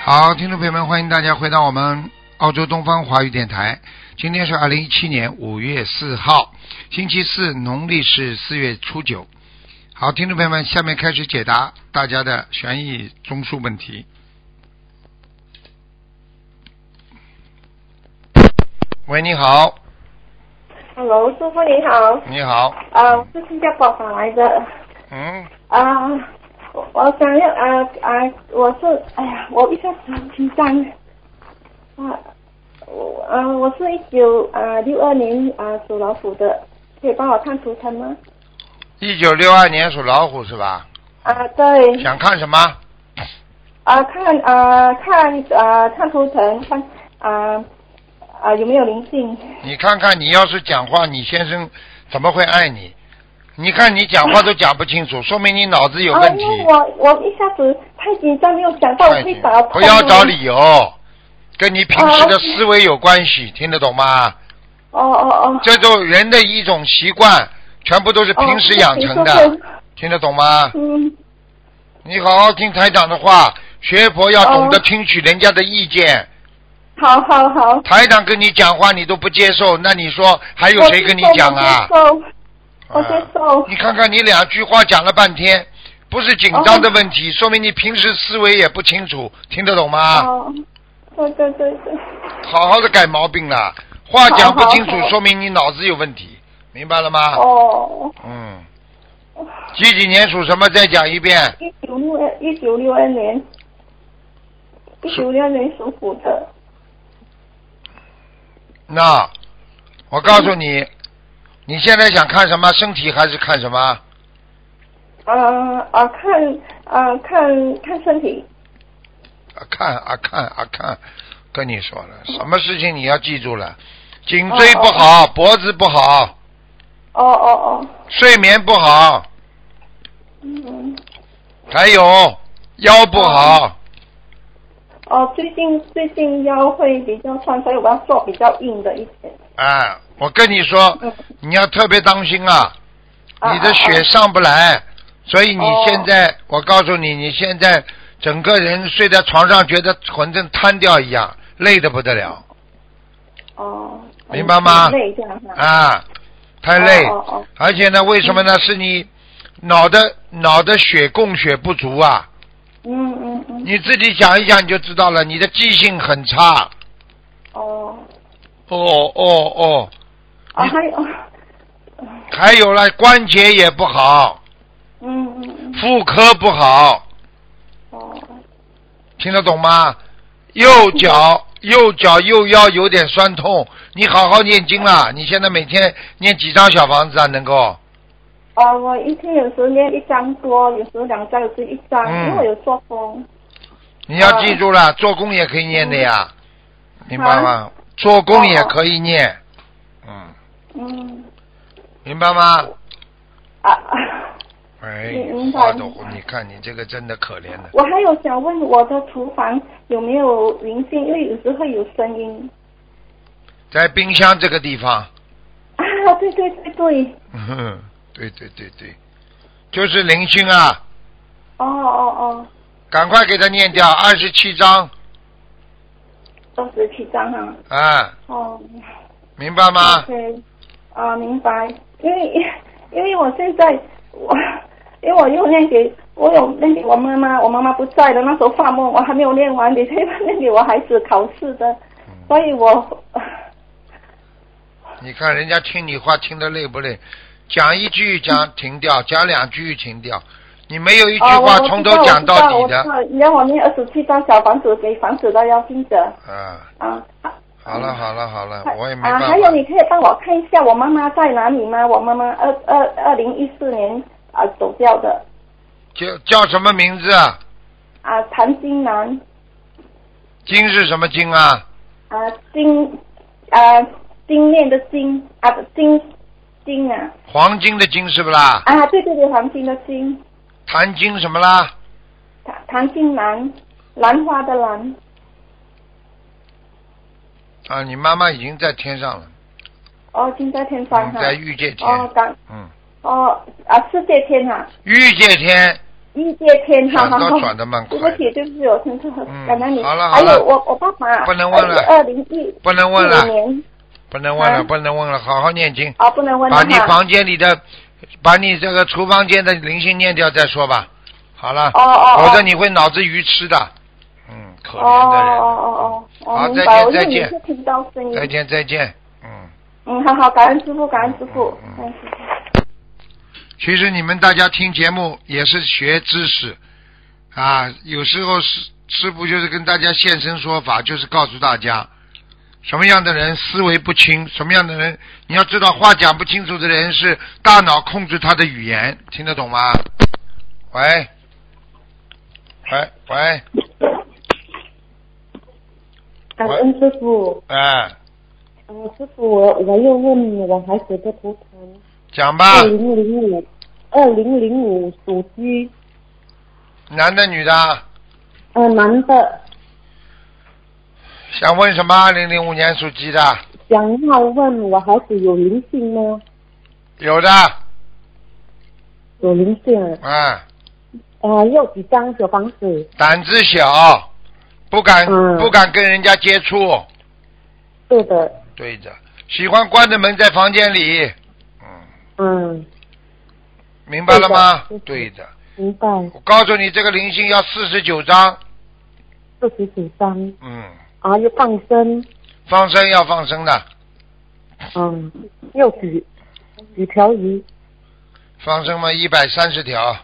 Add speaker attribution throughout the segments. Speaker 1: 好，听众朋友们，欢迎大家回到我们澳洲东方华语电台。今天是二零一七年五月四号，星期四，农历是四月初九。好，听众朋友们，下面开始解答大家的悬疑综述问题。喂，你好，
Speaker 2: Hello，师傅你好，
Speaker 1: 你好，
Speaker 2: 呃，我是新加坡返来的，
Speaker 1: 嗯，
Speaker 2: 啊、我我想要啊啊、我是，哎呀，我一下子很紧张，啊，我啊，我是一九啊六二年啊属老虎的，可以帮我看图腾吗？
Speaker 1: 一九六二年属老虎是吧？
Speaker 2: 啊，对，
Speaker 1: 想看什么？
Speaker 2: 啊，看啊看啊看图腾，看啊啊有没有灵性？
Speaker 1: 你看看，你要是讲话，你先生怎么会爱你？你看你讲话都讲不清楚，说明你脑子有
Speaker 2: 啊，
Speaker 1: 问题
Speaker 2: 因。为我我一下子太紧张，没有想到我
Speaker 1: 太
Speaker 2: 会
Speaker 1: 紧
Speaker 2: 打
Speaker 1: 不要
Speaker 2: 通
Speaker 1: 找理由，跟你平时的思维有关系，听得懂吗？
Speaker 2: 哦哦哦，
Speaker 1: 这种人的一种习惯，全部都是平时养成的，
Speaker 2: 哦
Speaker 1: 听得懂吗？
Speaker 2: 嗯，
Speaker 1: 你好好听台长的话，学佛要懂得
Speaker 2: 哦
Speaker 1: 听取人家的意见。
Speaker 2: 好好好。
Speaker 1: 台长跟你讲话你都不接受，那你说还有谁跟你讲啊？
Speaker 2: 我接受我接受
Speaker 1: 啊你看看你两句话讲了半天，不是紧张的问题，说明你平时思维也不清楚，听得懂吗？
Speaker 2: 哦，对对对对，
Speaker 1: 好好的改毛病了，话讲不清楚
Speaker 2: 好，好好
Speaker 1: 说明你脑子有问题，明白了吗？
Speaker 2: 哦，
Speaker 1: 嗯，几几年属什么？再讲一遍。
Speaker 2: 一九六二一九六二年，一九六二年属虎的，
Speaker 1: 那我告诉你，你现在想看什么？身体还是看什么？啊
Speaker 2: 呃啊看啊看看身体，
Speaker 1: 啊看啊看啊看，跟你说了，什么事情你要记住了，颈椎不好，脖子不好，
Speaker 2: 哦哦哦，
Speaker 1: 睡眠不好，
Speaker 2: 嗯，
Speaker 1: 还有腰不好，
Speaker 2: 哦最近最近腰会比较酸，所以我要做比较硬的一点，
Speaker 1: 啊，我跟你说，
Speaker 2: 嗯，
Speaker 1: 你要特别当心啊，
Speaker 2: 啊
Speaker 1: 你的血
Speaker 2: 啊
Speaker 1: 上不来，所以你
Speaker 2: 哦
Speaker 1: 现在，我告诉你，你现在整个人睡在床上，觉得浑身瘫掉一样，累得不得了
Speaker 2: 啊哦，
Speaker 1: 明白吗
Speaker 2: 累这样哈，
Speaker 1: 啊，太累。
Speaker 2: 哦嗯哦哦
Speaker 1: 而且呢，为什么呢？是你脑的脑的血供血不足啊，
Speaker 2: 嗯嗯嗯，
Speaker 1: 你自己想一想你就知道了，你的记性很差。
Speaker 2: 哦，
Speaker 1: 哦哦哦，
Speaker 2: 啊
Speaker 1: 你
Speaker 2: 还有，
Speaker 1: 还有了，关节也不好，
Speaker 2: 嗯嗯嗯，
Speaker 1: 妇科不好，
Speaker 2: 哦。
Speaker 1: 听得懂吗？右脚右脚右腰有点酸痛，你好好念经啦！你现在每天念几张小房子啊？能够？
Speaker 2: 哦，我一天有时念一张多，有时两张，有时一张，
Speaker 1: 嗯
Speaker 2: 因为我有做工。
Speaker 1: 你要记住
Speaker 2: 哦
Speaker 1: 了，做工也可以念的呀，明白吗？做工也可以念，嗯，
Speaker 2: 嗯，
Speaker 1: 明白吗？
Speaker 2: 啊， 啊
Speaker 1: 哎
Speaker 2: 明，白
Speaker 1: 话都，你看你这个真的可怜的。
Speaker 2: 我还有想问我的厨房有没有灵性，因为有时会有声音。
Speaker 1: 在冰箱这个地方，
Speaker 2: 啊，对对对对，
Speaker 1: 嗯哼，对对对对，就是灵性啊，
Speaker 2: 哦哦
Speaker 1: 赶快给他念掉二十七章
Speaker 2: 哦，二十七张哈。
Speaker 1: 啊，
Speaker 2: 哦
Speaker 1: 明白吗？
Speaker 2: ，OK，啊，明白。因为因为我现在我。因为我又念给，我有念给我妈妈，我妈妈不在的，那时候发梦，我还没有念完，你可以念给我孩子考试的，
Speaker 1: 嗯
Speaker 2: 所以我
Speaker 1: 你看人家听你话听得累不累？讲一句讲停掉，讲两句停掉，你没有一句
Speaker 2: 嗯哦，我
Speaker 1: 话
Speaker 2: 我
Speaker 1: 从
Speaker 2: 知
Speaker 1: 头
Speaker 2: 道我
Speaker 1: 讲
Speaker 2: 知
Speaker 1: 到
Speaker 2: 道
Speaker 1: 底
Speaker 2: 我知
Speaker 1: 的
Speaker 2: 道，你让我念二十七张小房子给房子的要听者
Speaker 1: 啊。
Speaker 2: 啊。
Speaker 1: 好了好了好了
Speaker 2: 还，
Speaker 1: 我也没
Speaker 2: 啊，
Speaker 1: 办法。
Speaker 2: 还有你可以帮我看一下我妈妈在哪里吗？我妈妈二二二零一四年啊走掉的
Speaker 1: 叫叫什么名字啊？
Speaker 2: 啊，谭金南
Speaker 1: 金是什么金啊？
Speaker 2: 啊金啊金链的金啊金金啊
Speaker 1: 黄金的金是不啦？
Speaker 2: 啊对对对黄金的金
Speaker 1: 谭金什么啦？
Speaker 2: 谭谭金南兰花的兰
Speaker 1: 啊，你妈妈已经在天上了，
Speaker 2: 哦金在天上
Speaker 1: 嗯
Speaker 2: 哈
Speaker 1: 在欲界
Speaker 2: 哦
Speaker 1: 天，
Speaker 2: 感
Speaker 1: 嗯，
Speaker 2: 哦啊世界天哈
Speaker 1: 欲界天
Speaker 2: 一界天，哈
Speaker 1: 转
Speaker 2: 哈
Speaker 1: 都
Speaker 2: 哈。
Speaker 1: 转的蛮
Speaker 2: 对不
Speaker 1: 快的，
Speaker 2: 起，对不起，我真的
Speaker 1: 嗯
Speaker 2: 感恩你。
Speaker 1: 好了
Speaker 2: 还
Speaker 1: 好了
Speaker 2: 有我我爸爸，
Speaker 1: 不能问了
Speaker 2: 二零一
Speaker 1: 不能问
Speaker 2: 一五
Speaker 1: 了，
Speaker 2: 年
Speaker 1: 不能问了，
Speaker 2: 啊
Speaker 1: 不能问了，好好念经，
Speaker 2: 啊，不能问了
Speaker 1: 把你
Speaker 2: 哈。
Speaker 1: 房间里的，把你这个厨房间的灵性念掉再说吧。好了，
Speaker 2: 哦哦哦
Speaker 1: 否则你会脑子愚痴的。嗯，可
Speaker 2: 哦
Speaker 1: 怜的人。
Speaker 2: 哦哦哦
Speaker 1: 好
Speaker 2: 哦，明
Speaker 1: 再
Speaker 2: 白。
Speaker 1: 见
Speaker 2: 我就
Speaker 1: 再
Speaker 2: 每
Speaker 1: 见
Speaker 2: 次听到声
Speaker 1: 再
Speaker 2: 音。
Speaker 1: 见再见。嗯，
Speaker 2: 嗯，好好，感恩师傅，感恩师傅，
Speaker 1: 嗯嗯
Speaker 2: 感恩师傅。
Speaker 1: 其实你们大家听节目也是学知识啊，有时候师师傅就是跟大家现身说法，就是告诉大家什么样的人思维不清，什么样的人你要知道话讲不清楚的人是大脑控制他的语言，听得懂吗？喂，喂喂，
Speaker 3: 感恩师傅，
Speaker 1: 哎，
Speaker 3: 呃，师傅，我我又问我孩子的图腾，
Speaker 1: 讲吧
Speaker 3: 二，零零五，二零零五属鸡，
Speaker 1: 男的女的，
Speaker 3: 呃，男的，
Speaker 1: 想问什么？二零零五年属鸡的，
Speaker 3: 想要问我孩子有灵性吗？
Speaker 1: 有的，
Speaker 3: 有灵性啊，
Speaker 1: 嗯。
Speaker 3: 呃，要几张小房子？
Speaker 1: 胆子小，不敢、
Speaker 3: 嗯
Speaker 1: 不敢跟人家接触，
Speaker 3: 对的，
Speaker 1: 对的，喜欢关着门在房间里，嗯，
Speaker 3: 嗯，
Speaker 1: 明白了吗对
Speaker 3: 对的？
Speaker 1: 的，
Speaker 3: 明白，
Speaker 1: 我告诉你，这个灵性要四十九张，
Speaker 3: 四十九张，
Speaker 1: 嗯，
Speaker 3: 啊，要放生，
Speaker 1: 放生要放生的，
Speaker 3: 嗯，要几几条鱼？
Speaker 1: 放生嘛一百三十条，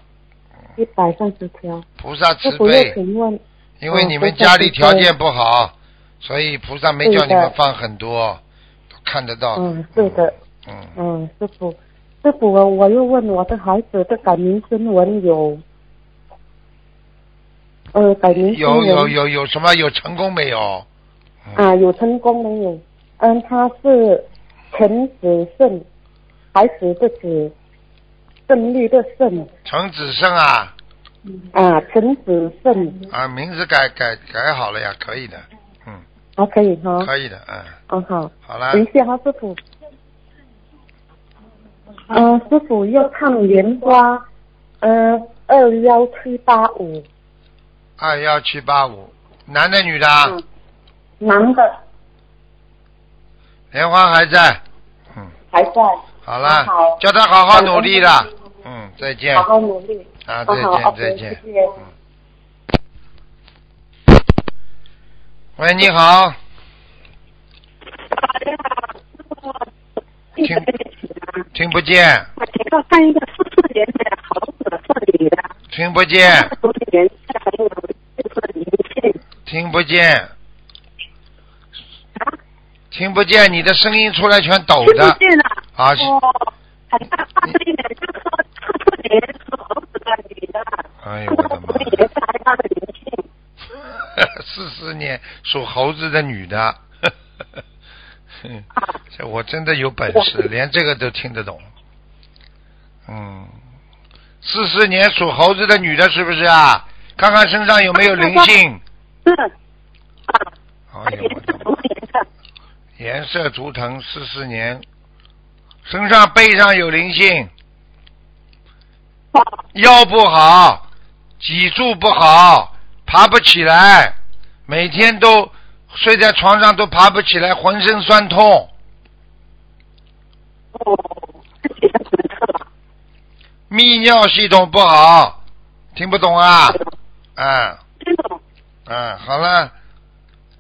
Speaker 3: 一百三十条。
Speaker 1: 菩萨慈
Speaker 3: 师傅哎要
Speaker 1: 悲，
Speaker 3: 请问，
Speaker 1: 因为你们
Speaker 3: 嗯
Speaker 1: 家里
Speaker 3: 菩萨
Speaker 1: 条
Speaker 3: 慈悲
Speaker 1: 件不好，所以菩萨没叫你
Speaker 3: 对
Speaker 1: 们
Speaker 3: 的
Speaker 1: 放很多，都看得到，
Speaker 3: 嗯，对的。
Speaker 1: 嗯，
Speaker 3: 嗯，师傅，师傅，我我又问我的孩子的改名声纹有，呃，改名声
Speaker 1: 有
Speaker 3: 纹
Speaker 1: 有有有什么有成功没有？
Speaker 3: 啊，有成功没有？嗯，他是陈子胜，孩子的子，胜利的胜
Speaker 1: 陈子胜啊，
Speaker 3: 啊，陈子胜
Speaker 1: 啊，名字改改改好了呀，可以的，嗯，
Speaker 3: 啊，可以哈，
Speaker 1: 可以的，嗯，
Speaker 3: 啊好，
Speaker 1: 好啦
Speaker 3: 等，一下哈，师傅。呃，师傅要看莲花，呃，二幺七八五。
Speaker 1: 二幺七八五，男的女的啊，
Speaker 3: 嗯男的
Speaker 1: 莲花还在，嗯，
Speaker 3: 还在，
Speaker 1: 好啦，
Speaker 3: 嗯好
Speaker 1: 叫他好好努力啦，嗯，再见，
Speaker 3: 好好努力。
Speaker 1: 啊，
Speaker 3: 好
Speaker 1: 再
Speaker 3: 好
Speaker 1: 见，
Speaker 3: ，OK，
Speaker 1: 再见，
Speaker 3: 谢谢
Speaker 1: 嗯。喂，你好，听听不见，
Speaker 4: 我给到看一个四四年的猴子这里的，
Speaker 1: 听不见，
Speaker 4: 不是颜色很有就是灵性
Speaker 1: 听不见，
Speaker 4: 啊，
Speaker 1: 听不见，你的声音出来全抖
Speaker 4: 听
Speaker 1: 的
Speaker 4: 不，见了。
Speaker 1: 啊，
Speaker 4: 哦，很大大的一点，就是说四四年是猴子这里的，
Speaker 1: 哎呦我
Speaker 4: 看到
Speaker 1: 的
Speaker 4: 不是
Speaker 1: 妈！
Speaker 4: 颜色还大的灵 性，
Speaker 1: 四四年属猴子的女的， 哼这我真的有本事，连这个都听得懂。嗯，四四年属猴子的女的是不是啊？看看身上有没有灵性。
Speaker 4: 是啊，
Speaker 1: 哎呦
Speaker 4: 颜
Speaker 1: 我
Speaker 4: 色
Speaker 1: 的
Speaker 4: 什
Speaker 1: 妈！
Speaker 4: 么颜色？
Speaker 1: 颜色图腾四四年，身上背上有灵性，啊
Speaker 4: 哦，
Speaker 1: 腰不好，脊柱不好，爬不起来，每天都睡在床上都爬不起来，浑身酸痛。
Speaker 4: 哦，是几个颜色吧？
Speaker 1: 泌尿系统不好，听不懂啊？嗯
Speaker 4: 这种
Speaker 1: 嗯，好了，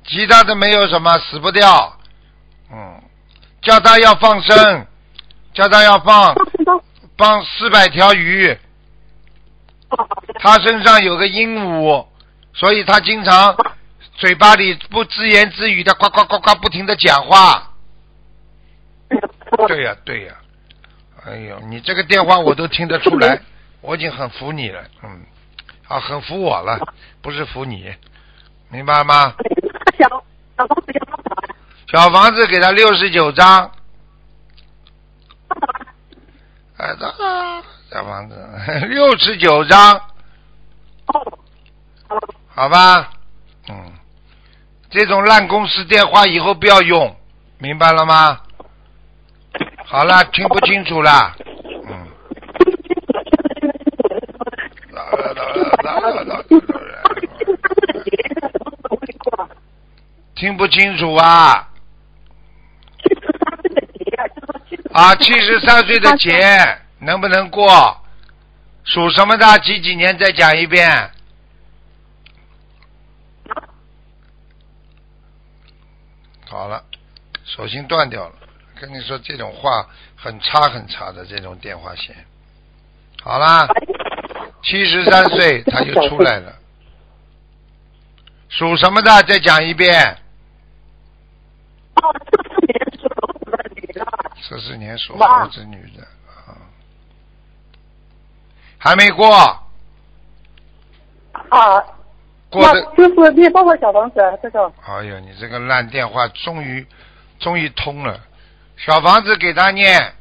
Speaker 1: 其他的没有什么，死不掉。嗯，叫他要放生，叫他要放
Speaker 4: 放生都
Speaker 1: 放四百条鱼。
Speaker 4: 哦，好的，
Speaker 1: 他身上有个鹦鹉，所以他经常嘴巴里不自言自语的呱呱呱呱不停的讲话。对呀、对呀、哎呦，你这个电话我都听得出来，我已经很服你了，嗯，啊，很服我了，不是服你，明白吗？
Speaker 4: 小小公子要多少啊？
Speaker 1: 小房子给他六十九张，
Speaker 4: 多少啊？
Speaker 1: 哎，小房子六十九张，
Speaker 4: 哦，好了，
Speaker 1: 好吧，嗯，这种烂公司电话以后不要用，明白了吗？好了，听不清楚了，嗯，
Speaker 4: 听不清楚，听不清楚，
Speaker 1: 啦啦啦啦啦啦。听不清楚啊！啊，七十三岁的姐能不能过？属什么的？几几年？再讲一遍。好了，手心断掉了。跟你说这种话很差很差的这种电话线。好啦，七十三岁他就出来了。属什么的？再讲一遍。四四年属猴子女的啊，还没过，
Speaker 4: 啊，
Speaker 1: 过的
Speaker 4: 哦那就是你帮我小房子啊这个
Speaker 1: 哎呦，你这个烂电话终于终于通了。小房子给他念，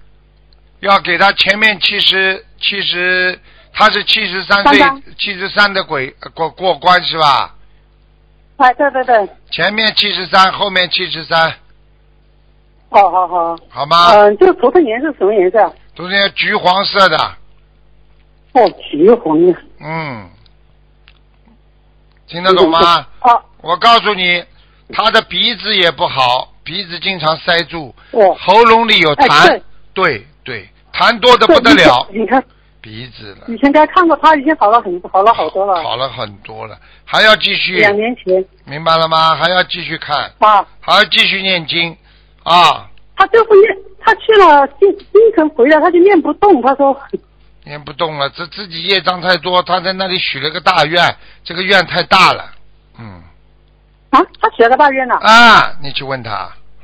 Speaker 1: 要给他前面七十七十，他是七十三岁
Speaker 4: 三张，
Speaker 1: 七十三的鬼呃过过关是吧？
Speaker 4: 哎，对对对，
Speaker 1: 前面七十三，后面七十三，
Speaker 4: 好好好，
Speaker 1: 好吗？
Speaker 4: 嗯，这个头的颜色什么颜色？
Speaker 1: 都是那橘黄色的，
Speaker 4: 哦，橘红的。
Speaker 1: 嗯，听得懂吗？
Speaker 4: 啊，
Speaker 1: 我告诉你，他的鼻子也不好，鼻子经常塞住，
Speaker 4: 我
Speaker 1: 喉咙里有痰，
Speaker 4: 哎
Speaker 1: 哦对对，痰多的不得了，
Speaker 4: 你看，
Speaker 1: 鼻子了，
Speaker 4: 以前该看过他，已经好了很好了好多了。
Speaker 1: 好了很多了，还要继续，
Speaker 4: 两年前
Speaker 1: 明白了吗？还要继续看，
Speaker 4: 啊，
Speaker 1: 还要继续念经啊，
Speaker 4: 他就是念，他去了京京城回来，他就念不动。他说，
Speaker 1: 念不动了，这自己业障太多，他在那里许了个大愿，这个愿太大了，嗯
Speaker 4: 啊，他学了大院了，
Speaker 1: 啊，你去问他，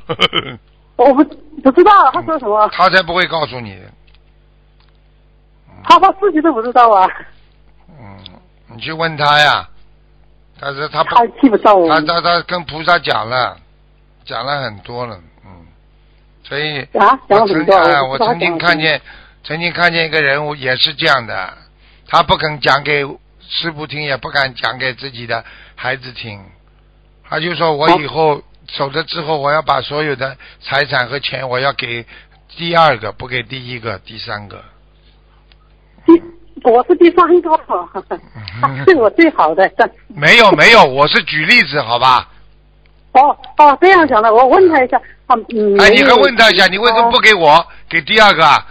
Speaker 1: 呵呵呵
Speaker 4: 我不不知道他说什么，
Speaker 1: 他才不会告诉你，
Speaker 4: 他他自己都不知道啊，
Speaker 1: 嗯，你去问他呀，但是他不
Speaker 4: 他记不到我
Speaker 1: 他
Speaker 4: 们
Speaker 1: 他他跟菩萨讲了，讲了很多了，嗯，所以
Speaker 4: 啊，讲了
Speaker 1: 我
Speaker 4: 很
Speaker 1: 曾
Speaker 4: 多。
Speaker 1: 哎，
Speaker 4: 不
Speaker 1: 我
Speaker 4: 知道
Speaker 1: 曾经
Speaker 4: 他讲了什
Speaker 1: 看
Speaker 4: 么
Speaker 1: 见，曾经看见一个人物也是这样的，他不肯讲给师傅听，也不敢讲给自己的孩子听，他就说我
Speaker 4: 好
Speaker 1: 以后走了之后，我要把所有的财产和钱，我要给第二个，不给第一个、第三个。
Speaker 4: 第，我是第三个，他对我最好的。但
Speaker 1: 嗯没有没有，我是举例子好吧？
Speaker 4: 哦哦，这样讲的，我问他一下，他嗯，
Speaker 1: 哎，
Speaker 4: 没
Speaker 1: 你
Speaker 4: 有
Speaker 1: 还问他一下，你为什么不给我，给第二个啊？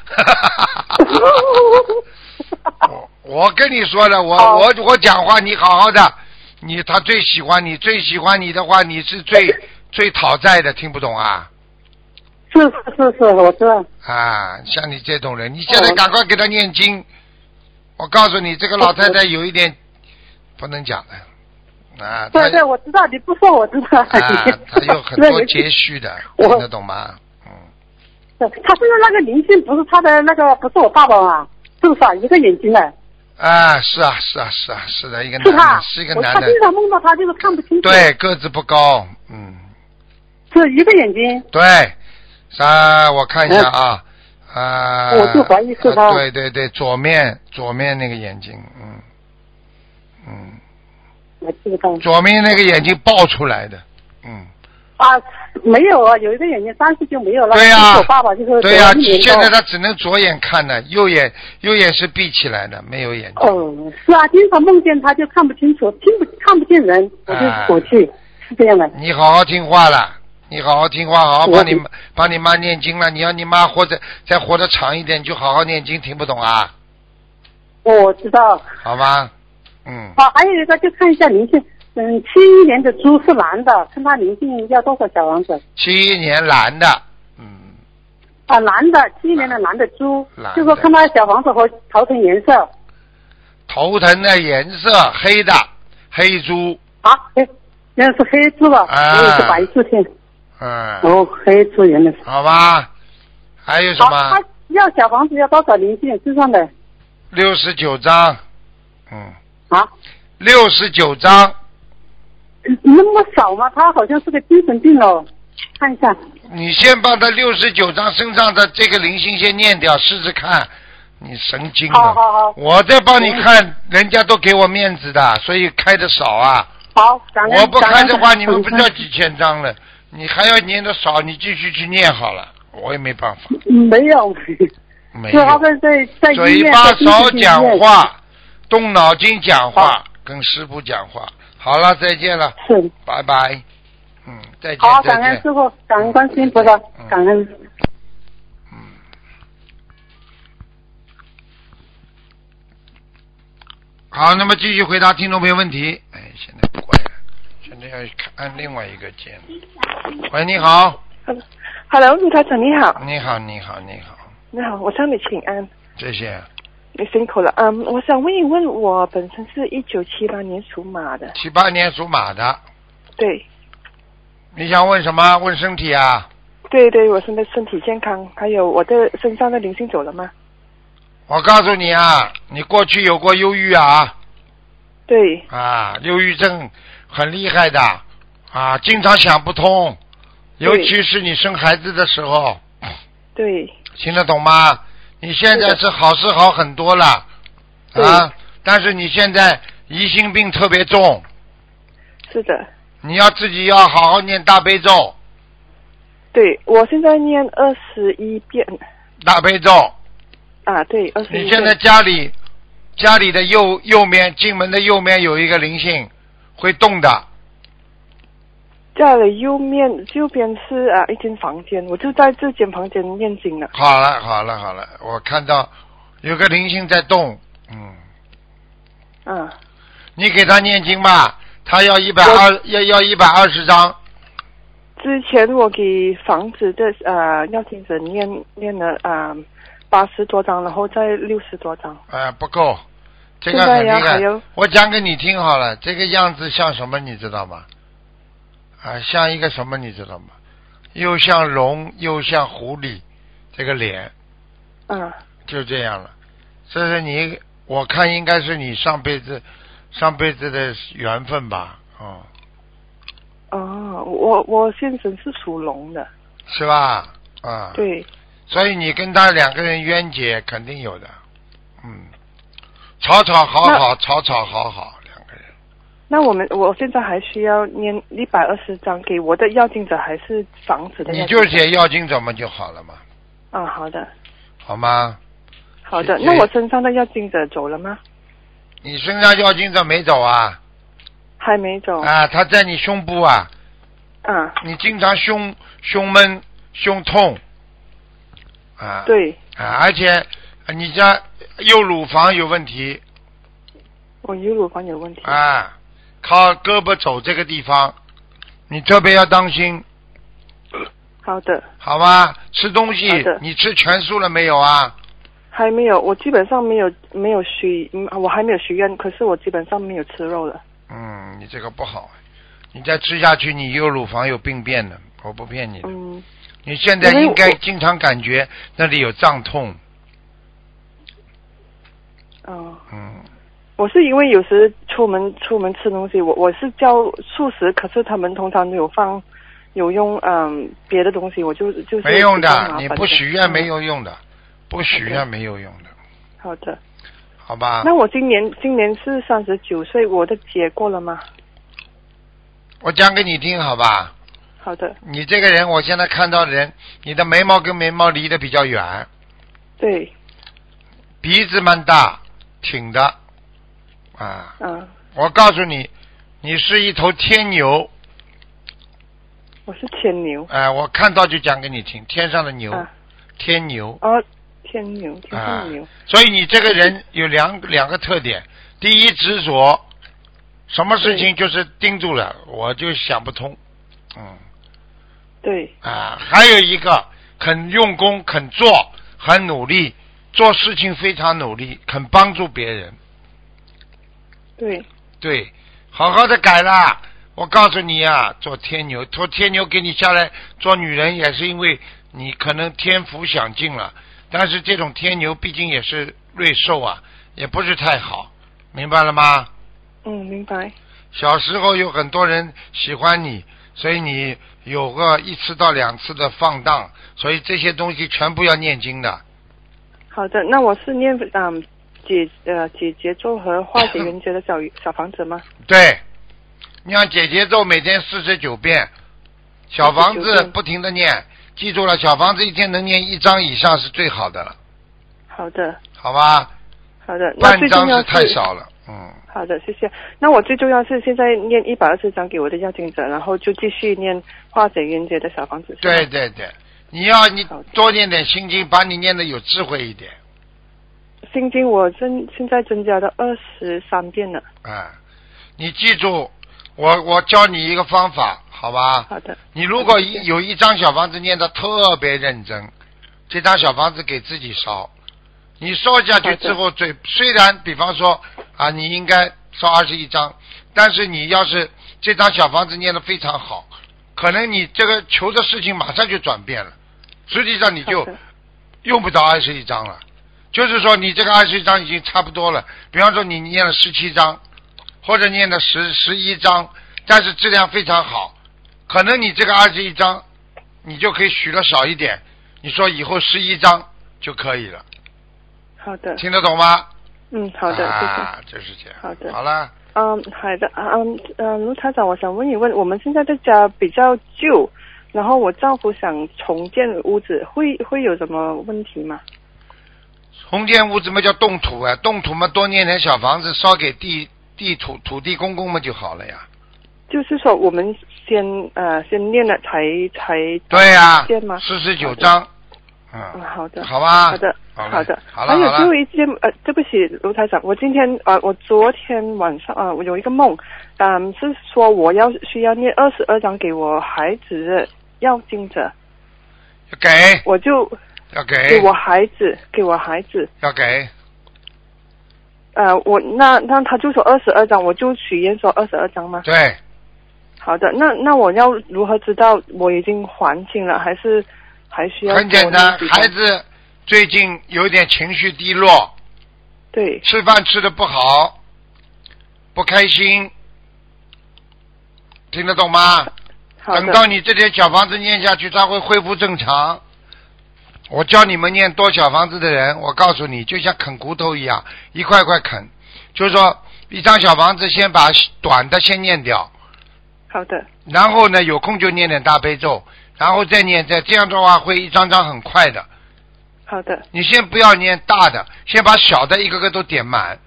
Speaker 1: 我 我跟你说了，我
Speaker 4: 好
Speaker 1: 我我讲话你好好的，你他最喜欢你，最喜欢你的话，你是 最最讨债的，听不懂啊
Speaker 4: 是是是是，我知道。
Speaker 1: 啊！像你这种人，你现在
Speaker 4: 哦
Speaker 1: 赶快给他念经。我告诉你，这个老太
Speaker 4: 哦
Speaker 1: 太有一点不能讲的啊，她
Speaker 4: 对对，我知道，你不说我知 道。
Speaker 1: 啊，她有很多节蓄的，
Speaker 4: 我
Speaker 1: 听得懂吗？嗯，
Speaker 4: 对他现在那个灵性不是他的那个，不是我爸爸吗？是不是啊？一个眼睛的，
Speaker 1: 啊，是啊，是啊，是啊，是的，一个
Speaker 4: 是
Speaker 1: 男
Speaker 4: 他。
Speaker 1: 的，是一个
Speaker 4: 我
Speaker 1: 男
Speaker 4: 他
Speaker 1: 的，
Speaker 4: 经常梦到他，就是看不清楚。
Speaker 1: 对，，个子不高，嗯。
Speaker 4: 是一个眼睛。
Speaker 1: 对，啊，我看一下啊，啊，
Speaker 4: 我就怀疑是他
Speaker 1: 啊对对对，左面左面那个眼睛，嗯嗯，
Speaker 4: 我记不到
Speaker 1: 左面那个眼睛爆出来的，嗯，
Speaker 4: 啊，没有啊，有一个眼睛三岁就没有了。
Speaker 1: 对呀、
Speaker 4: 是我爸爸就是
Speaker 1: 对呀、
Speaker 4: 得了一年
Speaker 1: 现
Speaker 4: 高
Speaker 1: 在他只能左眼看了，右眼右眼是闭起来的，没有眼睛，
Speaker 4: 哦，是啊，经常梦见他就看不清楚，听不看不见人，我就
Speaker 1: 啊
Speaker 4: 躲去，是这样的。
Speaker 1: 你好好听话了。你好好听话，好好
Speaker 4: 我
Speaker 1: 帮你妈帮你妈念经了。你要你妈活着再活得长一点，你就好好念经，听不懂啊？
Speaker 4: 我知道。
Speaker 1: 好吗？嗯，
Speaker 4: 好，还有一个就看一下灵性，嗯，七一年的猪是男的，看他灵性要多少小王子
Speaker 1: 七一年男的，嗯，
Speaker 4: 啊，男的，七一年的男的猪
Speaker 1: 男，的
Speaker 4: 就说看他小房子和头层颜色
Speaker 1: 头疼的颜色黑的黑猪，
Speaker 4: 啊，黑，原来是黑猪了，
Speaker 1: 啊
Speaker 4: 我以为是白猪添，
Speaker 1: 嗯，
Speaker 4: 哦，黑猪原来是。
Speaker 1: 好吧。还有什
Speaker 4: 好，
Speaker 1: 么
Speaker 4: 他？要小房子要多少灵性身上的
Speaker 1: 六十九张，嗯，
Speaker 4: 啊？
Speaker 1: 六十九张，
Speaker 4: 那么少吗？他好像是个精神病哦，看一下。
Speaker 1: 你先把他六十九张身上的这个灵性先念掉，试试看。你神经
Speaker 4: 好
Speaker 1: 了，
Speaker 4: 好好
Speaker 1: 我在帮你看，人家都给我面子的，所以开的少啊。
Speaker 4: 好，感恩
Speaker 1: 我不开的话，
Speaker 4: 感恩
Speaker 1: 你们不知
Speaker 4: 感
Speaker 1: 道
Speaker 4: 恩
Speaker 1: 几千张了。你还要念的少，你继续去念好了，我也没办法。
Speaker 4: 嗯没有，
Speaker 1: 没
Speaker 4: 就
Speaker 1: 有。
Speaker 4: 他在在在医
Speaker 1: 嘴
Speaker 4: 院
Speaker 1: 巴
Speaker 4: 在精神
Speaker 1: 少
Speaker 4: 病
Speaker 1: 讲
Speaker 4: 医院
Speaker 1: 话，动脑筋讲话，跟师傅讲话。好了，再见了，
Speaker 4: 是。
Speaker 1: 拜拜。嗯，再见
Speaker 4: 好，，
Speaker 1: 再
Speaker 4: 哦感恩
Speaker 1: 见
Speaker 4: 师。傅，感恩观世音菩萨，感恩。
Speaker 1: 嗯。好，那么继续回答听众朋友问题。哎，现在不怪了，现在要按另外一个键。喂，你好，
Speaker 5: Hello，陆台长你好，
Speaker 1: 你好，你好，你好，
Speaker 5: 你好，我向你请安，
Speaker 1: 谢谢。
Speaker 5: 你辛苦了。嗯，我想问一问，我本身是一九七八年属马的，
Speaker 1: 七八年属马的，
Speaker 5: 对，
Speaker 1: 你想问什么？问身体啊？
Speaker 5: 对对，我现在身体健康，还有我的身上的灵性走了吗？
Speaker 1: 我告诉你啊，你过去有过忧郁啊
Speaker 5: 对，
Speaker 1: 啊，忧郁症很厉害的啊，经常想不通，尤
Speaker 5: 对
Speaker 1: 其是你生孩子的时候，
Speaker 5: 对，
Speaker 1: 听得懂吗？你现在
Speaker 5: 是的
Speaker 1: 是好是好很多了啊
Speaker 5: 对，
Speaker 1: 但是你现在疑心病特别重，
Speaker 5: 是的，
Speaker 1: 你要自己要好好念大悲咒，
Speaker 5: 对我现在念二十一遍
Speaker 1: 大悲咒。
Speaker 5: 啊，对，二十一
Speaker 1: 你
Speaker 5: 遍。
Speaker 1: 现在家里家里的右右面进门的右面有一个灵性会动的，
Speaker 5: 家里右面右边是啊一间房间，我就在这间房间念经了。
Speaker 1: 好了，好了，好了，我看到有个灵性在动，嗯，
Speaker 5: 啊，
Speaker 1: 你给他念经吧，他要一百二，要要一百二十张，
Speaker 5: 之前我给房子的呃要听者念念了啊八十多张，然后再六十多张。
Speaker 1: 哎，不够，这个
Speaker 5: 现在
Speaker 1: 很厉
Speaker 5: 要还
Speaker 1: 害
Speaker 5: 有。
Speaker 1: 我讲给你听好了，这个样子像什么，你知道吗？啊，像一个什么，你知道吗？又像龙，又像狐狸，这个脸
Speaker 5: 啊，
Speaker 1: 就这样了。这是你，我看应该是你上辈子上辈子的缘分吧，哦、
Speaker 5: 哦，我我先生是属龙的，
Speaker 1: 是吧？啊，。
Speaker 5: 对，
Speaker 1: 所以你跟他两个人冤结肯定有的，嗯，吵吵好好，吵吵好好，两个人。
Speaker 5: 那我们我现在还需要念一百二十张给我的要经者还是房子的
Speaker 1: 你
Speaker 5: 要
Speaker 1: 就
Speaker 5: 经者？
Speaker 1: 写要经怎么就好了嘛，
Speaker 5: 啊，好的，
Speaker 1: 好吗？
Speaker 5: 好的。
Speaker 1: 谢谢
Speaker 5: 那我身上的要经者走了吗？
Speaker 1: 你身上要经怎没走啊？
Speaker 5: 还没走。
Speaker 1: 啊，他在你胸部啊，
Speaker 5: 啊，
Speaker 1: 你经常胸胸闷、胸痛，啊，
Speaker 5: 对，
Speaker 1: 啊，而且你家右乳房有问题
Speaker 5: 我右乳房有问题。
Speaker 1: 啊，靠胳膊肘这个地方，你特别要当心。
Speaker 5: 好的，
Speaker 1: 好吧，吃东西
Speaker 5: 好的
Speaker 1: 你吃全素了没有啊？
Speaker 5: 还没有，我基本上没有没有许，嗯我还没有许愿，可是我基本上没有吃肉了。
Speaker 1: 嗯，你这个不好，你再吃下去，你右乳房有病变的，我不骗你的。
Speaker 5: 嗯，
Speaker 1: 你现在
Speaker 5: 因为
Speaker 1: 应该
Speaker 5: 我
Speaker 1: 经常感觉那里有胀痛，
Speaker 5: 哦，
Speaker 1: 嗯，
Speaker 5: 我是因为有时出门出门吃东西，我我是叫素食，可是他们通常有放有用嗯别的东西，我就就是
Speaker 1: 没用
Speaker 5: 比较麻
Speaker 1: 的，
Speaker 5: 烦
Speaker 1: 你不许愿没
Speaker 5: 嗯
Speaker 1: 有用的，不许愿没有用的，
Speaker 5: 好的，
Speaker 1: 好吧？
Speaker 5: 那我今年今年是三十九岁，我的结过了吗？
Speaker 1: 我讲给你听，好吧？
Speaker 5: 好的，
Speaker 1: 你这个人，我现在看到人，你的眉毛跟眉毛离得比较远，
Speaker 5: 对，
Speaker 1: 鼻子蛮大，挺的，啊，
Speaker 5: 嗯，
Speaker 1: 我告诉你，你是一头天牛，
Speaker 5: 我是天牛
Speaker 1: 哎、我看到就讲给你听，天上的牛，
Speaker 5: 啊，
Speaker 1: 天牛，
Speaker 5: 哦，天牛，天
Speaker 1: 啊
Speaker 5: 上牛，
Speaker 1: 所以你这个人有两两个特点，第一执着，什么事情就是盯住了，我就想不通，嗯
Speaker 5: 对
Speaker 1: 啊，还有一个肯用功、肯做、很努力，做事情非常努力，肯帮助别人，
Speaker 5: 对，
Speaker 1: 对，好好的改啦。我告诉你啊，做天牛，做天牛给你下来做女人，也是因为你可能天福享尽了。但是这种天牛毕竟也是瑞兽啊，也不是太好，明白了吗？
Speaker 5: 嗯，明白，
Speaker 1: 小时候有很多人喜欢你，所以你有个一次到两次的放荡，所以这些东西全部要念经的。
Speaker 5: 好的，那我是念嗯解呃解节奏和化 解冤结的小小房子吗？
Speaker 1: 对，你像姐姐咒每天四十九遍，小房
Speaker 5: 49
Speaker 1: 子
Speaker 5: 遍
Speaker 1: 不停的念，记住了，小房子一天能念一张以上是最好的了，
Speaker 5: 好的，
Speaker 1: 好吧？
Speaker 5: 好的，那
Speaker 1: 半
Speaker 5: 最重
Speaker 1: 张
Speaker 5: 要
Speaker 1: 是太少了，嗯，
Speaker 5: 好的，谢谢。那我最重要是现在念一百二十章给我的要经者，然后就继续念化解冤结的小房子。是吗
Speaker 1: 对，对对，你要你
Speaker 5: 好的
Speaker 1: 多念点心经，把你念的有智慧一点，
Speaker 5: 心经我增现在增加到二十三遍了。
Speaker 1: 啊、你记住，我我教你一个方法，好吧？
Speaker 5: 好的，
Speaker 1: 你如果一有一张小房子念的特别认真，这张小房子给自己烧，你烧下去之后，嘴虽然比方说啊，你应该烧二十一张，但是你要是这张小房子念的非常好，可能你这个求的事情马上就转变了，实际上你
Speaker 5: 好
Speaker 1: 就
Speaker 5: 的
Speaker 1: 用不到二十一张了。就是说，你这个二十一张已经差不多了。比方说，你念了十七章，或者念了十十一章，但是质量非常好，可能你这个二十一章，你就可以许了少一点。你说以后十一章就可以了，
Speaker 5: 好的，
Speaker 1: 听得懂吗？
Speaker 5: 嗯，好的，谢谢。
Speaker 1: 啊，就是这样。
Speaker 5: 好的
Speaker 1: 好了，
Speaker 5: 嗯，好的，嗯嗯，卢台长，我想问一问，我们现在的家比较旧，然后我丈夫想重建屋子，会会有什么问题吗？
Speaker 1: 红建屋怎么叫动土啊？动土嘛，多念点小房子，烧给地地土土地公公们就好了呀。
Speaker 5: 就是说，我们先呃先练了才才
Speaker 1: 对呀、
Speaker 5: 建吗？
Speaker 1: 四十九
Speaker 5: 好的
Speaker 1: 章。
Speaker 5: 嗯，
Speaker 1: 嗯，
Speaker 5: 好的，
Speaker 1: 好吧。
Speaker 5: 好的，
Speaker 1: 好嘞
Speaker 5: 好的，
Speaker 1: 好了
Speaker 5: 还有
Speaker 1: 好了
Speaker 5: 最后一件，呃，对不起，卢台长，我今天呃，我昨天晚上啊、呃，我有一个梦，嗯、是说我要需要念二十二章给我孩子的要经者，
Speaker 1: 要给
Speaker 5: 我就
Speaker 1: 要
Speaker 5: 给
Speaker 1: 给
Speaker 5: 我孩子，给我孩子，
Speaker 1: 要给，
Speaker 5: 呃，我那那他就说二十二章，我就许愿说二十二章吗？
Speaker 1: 对，
Speaker 5: 好的，那那我要如何知道我已经还清了，还是还需要
Speaker 1: 很简
Speaker 5: 多念
Speaker 1: 单。
Speaker 5: 几张
Speaker 1: 孩子最近有点情绪低落，
Speaker 5: 对
Speaker 1: 吃饭吃的不好，不开心，听得懂吗？
Speaker 5: 好的
Speaker 1: 等到你这些小房子念下去，他会恢复正常。我教你们念多小房子的人，我告诉你，就像啃骨头一样，一块块啃。就是说，一张小房子先把短的先念掉，
Speaker 5: 好的
Speaker 1: 然后呢，有空就念点大悲咒，然后再念，再这样的话会一张张很快的。
Speaker 5: 好的
Speaker 1: 你先不要念大的，先把小的一个个都点满。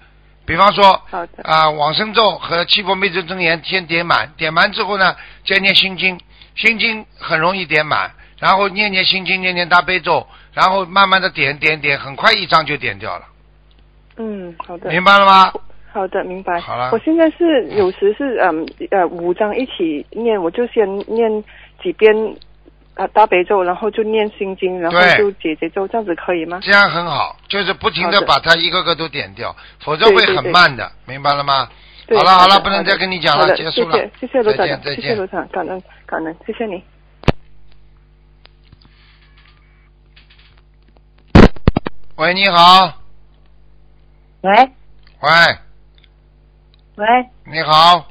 Speaker 1: 比方说，
Speaker 5: 好的
Speaker 1: 啊、往生咒和七佛灭罪真言先点满，点满之后呢，再念心经，心经很容易点满，然后念念心经，念念大悲咒，然后慢慢的点点点，很快一张就点掉了，
Speaker 5: 嗯好的
Speaker 1: 明白了吗？
Speaker 5: 好的明白
Speaker 1: 好了
Speaker 5: 我现在是有时是嗯呃五章一起念，我就先念几遍啊大悲咒，然后就念心经，然后
Speaker 1: 对
Speaker 5: 就解结咒，这样子可以吗？
Speaker 1: 这样很好，就是不停的
Speaker 5: 好的
Speaker 1: 把它一个个都点掉，否则
Speaker 5: 对
Speaker 1: 会
Speaker 5: 对
Speaker 1: 很
Speaker 5: 对
Speaker 1: 慢的，明白了吗？
Speaker 5: 对
Speaker 1: 好了好
Speaker 5: 的
Speaker 1: 了，不能
Speaker 5: 的
Speaker 1: 再跟你讲
Speaker 5: 好
Speaker 1: 了，
Speaker 5: 的
Speaker 1: 结束了
Speaker 5: 谢谢，谢谢卢
Speaker 1: 再
Speaker 5: 台
Speaker 1: 见
Speaker 5: 长，
Speaker 1: 再
Speaker 5: 谢谢
Speaker 1: 见。
Speaker 5: 卢台长，感恩感恩，谢谢你。
Speaker 1: 喂，你好，
Speaker 6: 喂
Speaker 1: 喂，
Speaker 6: 喂，
Speaker 1: 你好，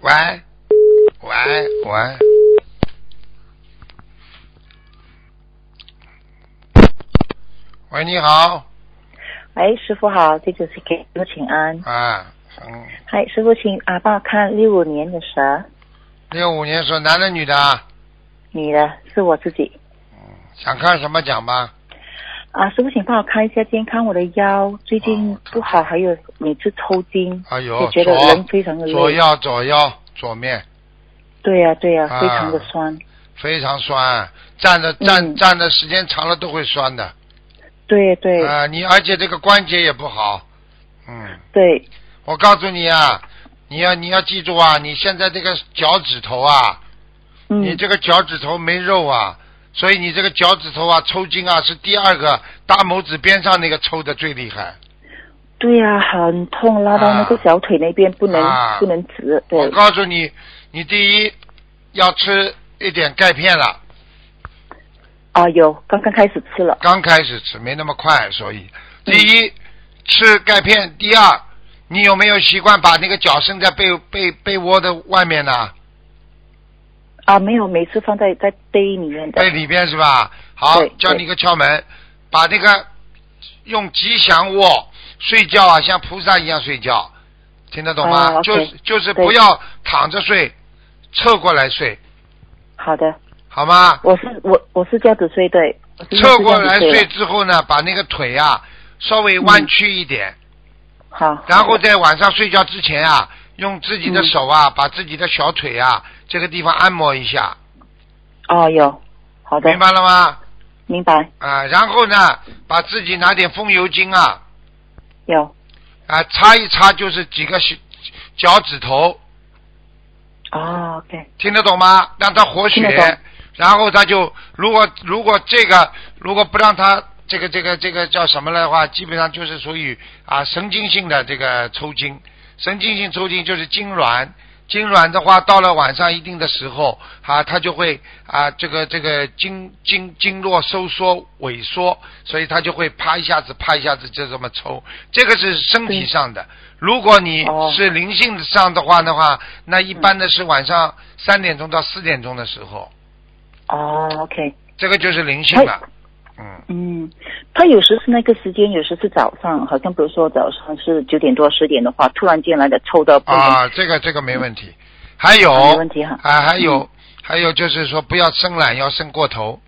Speaker 1: 喂，喂，喂，喂，你好，
Speaker 6: 喂，哎师傅好，弟子是给师傅请安。
Speaker 1: 啊，嗯，
Speaker 6: 嗨，师傅请啊，帮我看六五年的蛇，
Speaker 1: 六五年说男的女的啊，
Speaker 6: 女的是我自己
Speaker 1: 想看什么讲吧？
Speaker 6: 啊，师傅请帮我看一下健康，我的腰最近
Speaker 1: 哦
Speaker 6: 不好，还有每次抽筋，
Speaker 1: 哎呦
Speaker 6: 也，觉得人非常的
Speaker 1: 左左
Speaker 6: 累。
Speaker 1: 腰左腰左面
Speaker 6: 对呀、对呀、
Speaker 1: 啊
Speaker 6: 非常的酸。
Speaker 1: 非常酸，站着站、
Speaker 6: 嗯
Speaker 1: 站的时间长了都会酸的。
Speaker 6: 对对、
Speaker 1: 啊、你而且这个关节也不好，嗯。
Speaker 6: 对，
Speaker 1: 我告诉你啊，你要你要记住啊，你现在这个脚趾头啊，你
Speaker 6: 嗯，
Speaker 1: 这个脚趾头没肉啊，所以你这个脚趾头啊抽筋啊是第二个大拇指边上那个抽的最厉害。
Speaker 6: 对呀、很痛，拉到那个
Speaker 1: 啊
Speaker 6: 小腿那边不能、
Speaker 1: 啊
Speaker 6: 不能直。
Speaker 1: 我
Speaker 6: 对，
Speaker 1: 告诉你，你第一要吃一点钙片了，
Speaker 6: 啊，有刚刚开始吃了，
Speaker 1: 刚开始吃没那么快，所以
Speaker 6: 嗯
Speaker 1: 第一、吃钙片，第二你有没有习惯把那个脚伸在被被被窝的外面呢、
Speaker 6: 啊，没有，每次放在在杯里面的
Speaker 1: 在。里边是吧？好
Speaker 6: 对，
Speaker 1: 教你一个窍门，把那个用吉祥卧睡觉啊，像菩萨一样睡觉，听得懂吗？
Speaker 6: 哦，OK，
Speaker 1: 就是就是
Speaker 6: 对
Speaker 1: 不要躺着睡，侧过来睡，
Speaker 6: 好的。
Speaker 1: 好吗？
Speaker 6: 嗯我是我我是这样子睡，对，嗯
Speaker 1: 侧过来睡之后呢，把那个腿啊稍微弯曲一点，
Speaker 6: 好，好
Speaker 1: 然后在晚上睡觉之前啊，用自
Speaker 6: 嗯
Speaker 1: 己的手啊，把自己的小腿啊这个地方按摩一下，
Speaker 6: 哦有，好的
Speaker 1: 明，白了吗？
Speaker 6: 明白
Speaker 1: 啊，然后呢，把自己拿点风油精啊
Speaker 6: 有，
Speaker 1: 啊擦一擦，就是几个小脚趾头，
Speaker 6: 哦 OK，
Speaker 1: 听得懂吗？让它活
Speaker 6: 听得懂
Speaker 1: 血，然后他就如果如果这个如果不让他这个这个这个叫什么来的话，基本上就是属于啊神经性的这个抽筋，神经性抽筋就是痉挛。痉挛的话，到了晚上一定的时候啊，它就会啊，这个这个经经经络收缩萎缩，所以它就会啪一下子啪一下子就这么抽，这个是身体上的。如果你
Speaker 6: 哦
Speaker 1: 是灵性上的话的话，那一般的是晚上三点钟到四点钟的时候，
Speaker 6: 哦 OK，
Speaker 1: 这个就是灵性了。嗯，
Speaker 6: 嗯，他有时是那个时间，有时是早上，好像比如说早上是九点多十点的话，突然间来的抽到不能，
Speaker 1: 啊，这个这个没问题。还有，
Speaker 6: 哦没问题哈
Speaker 1: 啊，还有、还有就是说不要伸懒，要伸过头。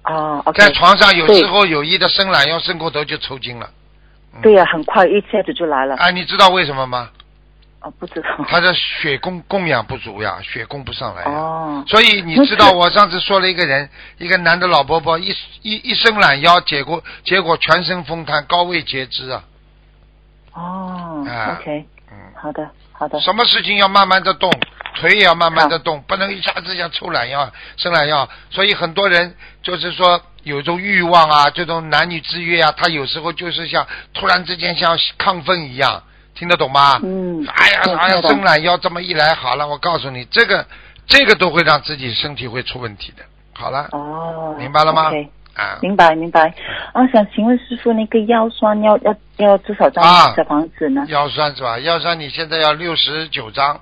Speaker 6: 啊 OK，
Speaker 1: 在床上有时候有意的伸懒腰、伸过头就抽筋了。嗯
Speaker 6: 对呀、很快一下子就来了，
Speaker 1: 啊，你知道为什么吗？
Speaker 6: 哦不知道，
Speaker 1: 他的血供供养不足呀，血供不上来呀。
Speaker 6: 哦
Speaker 1: 所以你知道，我上次说了一个人，一个男的老伯伯，一一一伸懒腰，结果结果全身风瘫，高位截肢啊。
Speaker 6: 哦
Speaker 1: 啊
Speaker 6: OK，
Speaker 1: 嗯，
Speaker 6: 好的好的，啊
Speaker 1: 什么事情要慢慢的动，腿也要慢慢的动，不能一下子想抽懒腰、伸懒腰。所以很多人就是说有种欲望啊，这种男女之约啊，他有时候就是像突然之间像亢奋一样，听得懂吗？
Speaker 6: 嗯，
Speaker 1: 哎呀，
Speaker 6: 对
Speaker 1: 哎呀，
Speaker 6: 对的
Speaker 1: 伸懒腰这么一来，好了，我告诉你，这个这个都会让自己身体会出问题的。好了，
Speaker 6: 哦，
Speaker 1: 明白了吗
Speaker 6: o k
Speaker 1: 啊
Speaker 6: 明白明白。啊，想请问师傅，那个腰酸要要要多少张
Speaker 1: 啊
Speaker 6: 小房子呢？
Speaker 1: 腰酸是吧？腰酸你现在要六十九张，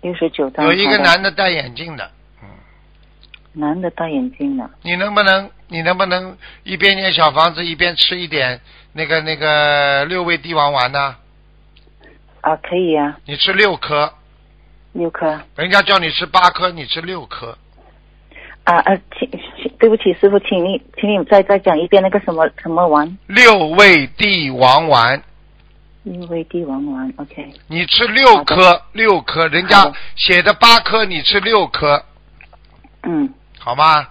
Speaker 6: 六十九张。
Speaker 1: 有一个
Speaker 6: 好的
Speaker 1: 男的戴眼镜的，
Speaker 6: 男的戴眼镜的，
Speaker 1: 你能不能你能不能一边念小房子一边吃一点那个那个六味地黄丸呢？
Speaker 6: 啊，可以啊，
Speaker 1: 你吃六颗，
Speaker 6: 六颗
Speaker 1: 人家叫你吃八颗，你吃六颗。
Speaker 6: 啊啊，请请，对不起师傅，请你请你再再讲一遍那个什么什么丸，
Speaker 1: 六味地黄丸，
Speaker 6: 六味地黄丸，OK，
Speaker 1: 你吃六颗，六颗，人
Speaker 6: 好
Speaker 1: 家
Speaker 6: 的
Speaker 1: 写的八颗，你吃六颗，
Speaker 6: 嗯，
Speaker 1: 好吗？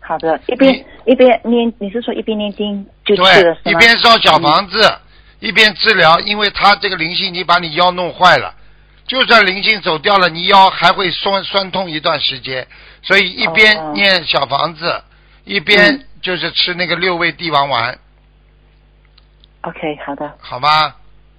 Speaker 6: 好的，一边一边念，你是说一边念经就吃了
Speaker 1: 对，
Speaker 6: 是嗯
Speaker 1: 一
Speaker 6: 吗？
Speaker 1: 边烧小房子，一边治疗，因为他这个灵性，你把你腰弄坏了，就算灵性走掉了，你腰还会酸酸痛一段时间，所以一
Speaker 6: 哦
Speaker 1: 边念小房子，一边
Speaker 6: 嗯
Speaker 1: 就是吃那个六味地黄丸，
Speaker 6: OK，好的
Speaker 1: 好吗？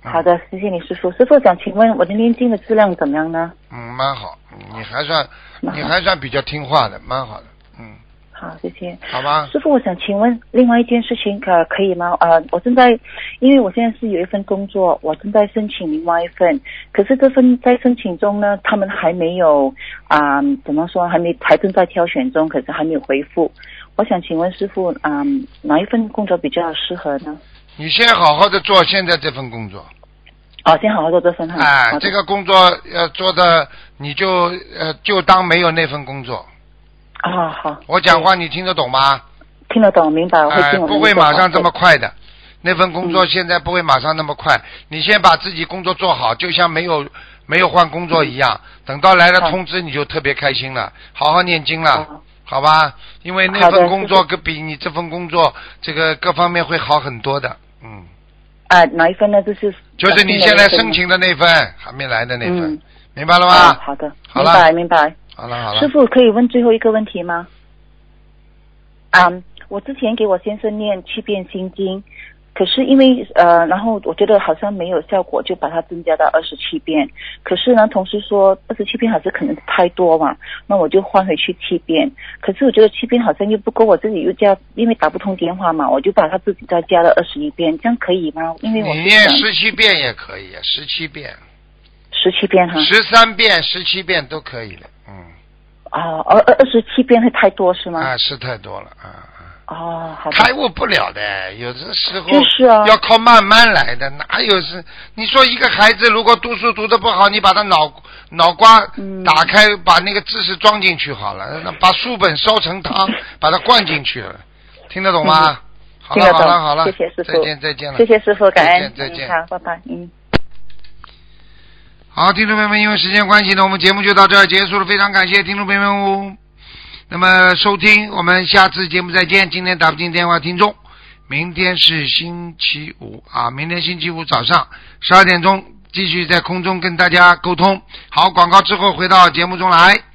Speaker 1: 嗯
Speaker 6: 好，的，谢谢你师傅。师傅想请问我的念经的质量怎么样呢？
Speaker 1: 嗯，蛮好，嗯你还算
Speaker 6: 蛮好
Speaker 1: 你还算比较听话的，蛮好的，嗯，
Speaker 6: 好，谢谢。
Speaker 1: 好吗？
Speaker 6: 师傅，我想请问另外一件事情，可可以吗？呃，我正在，因为我现在是有一份工作，我正在申请另外一份，可是这份在申请中呢，他们还没有啊、怎么说，还没还正在挑选中，可是还没有回复。我想请问师傅，啊、哪一份工作比较适合呢？
Speaker 1: 你先好好的做现在这份工作，
Speaker 6: 哦，先好好做这份哈。
Speaker 1: 哎
Speaker 6: 好，的
Speaker 1: 这个工作要做的，你就呃就当没有那份工作。
Speaker 6: 啊、好，
Speaker 1: 我讲话你听得懂吗？
Speaker 6: 听得懂，明白，啊我会
Speaker 1: 哎，
Speaker 6: 听我的哦
Speaker 1: 不会
Speaker 6: 那个
Speaker 1: 马上这么
Speaker 6: 好
Speaker 1: 快的。那份工作
Speaker 6: 嗯
Speaker 1: 现在不会马上那么快，你先把自己工作做好，就像没有没有换工作一样。等到来了
Speaker 6: 好
Speaker 1: 通知，你就特别开心了，好好念经了，
Speaker 6: 好
Speaker 1: 好吧？因为那
Speaker 6: 好的
Speaker 1: 份工作
Speaker 6: 师
Speaker 1: 跟比你这份工作，这个各方面会好很多的。嗯，
Speaker 6: 啊、哪一份呢？就是
Speaker 1: 就是你现在申
Speaker 6: 的
Speaker 1: 请的那份，还没来的那份
Speaker 6: 嗯，
Speaker 1: 明白了
Speaker 6: 啊，
Speaker 1: 吗？
Speaker 6: 好的，
Speaker 1: 好
Speaker 6: 明
Speaker 1: 了
Speaker 6: 白明白。
Speaker 1: 好了好了
Speaker 6: 师，傅，可以问最后一个问题吗？啊、我之前给我先生念七遍心经，可是因为呃，然后我觉得好像没有效果，就把它增加到二十七遍。可是呢，同事说二十七遍还是可能太多嘛，那我就换回去七遍。可是我觉得七遍好像又不够，我自己又加，因为打不通电话嘛，我就把它自己再加了二十一遍，这样可以吗？因为
Speaker 1: 你
Speaker 6: 我
Speaker 1: 念十七遍也可以，十七遍、
Speaker 6: 十七遍哈，
Speaker 1: 十三遍、十七遍都可以的。嗯，
Speaker 6: 啊，二二二十七遍会太多是吗？
Speaker 1: 啊，是太多了啊啊。
Speaker 6: 哦，好的。
Speaker 1: 开悟不了的，有的时候
Speaker 6: 就是啊
Speaker 1: 要靠慢慢来的，哪有是？你说一个孩子如果读书读的不好，你把他脑脑瓜
Speaker 6: 嗯
Speaker 1: 打开，把那个知识装进去好了，那把书本烧成 汤，把它灌进去了，听得懂吗？好
Speaker 6: 嗯听
Speaker 1: 了
Speaker 6: 得
Speaker 1: 好
Speaker 6: 懂
Speaker 1: 了好了，
Speaker 6: 谢谢师傅
Speaker 1: 再见再见了，
Speaker 6: 谢谢师傅，感恩，
Speaker 1: 再见再见
Speaker 6: 嗯好，拜拜，嗯。
Speaker 1: 好，听众朋友们，因为时间关系呢，我们节目就到这儿结束了，非常感谢听众朋友们哦那么收听，我们下次节目再见。今天打不进电话，听众，明天是星期五啊，明天星期五早上十二点钟继续在空中跟大家沟通。好，广告之后回到节目中来。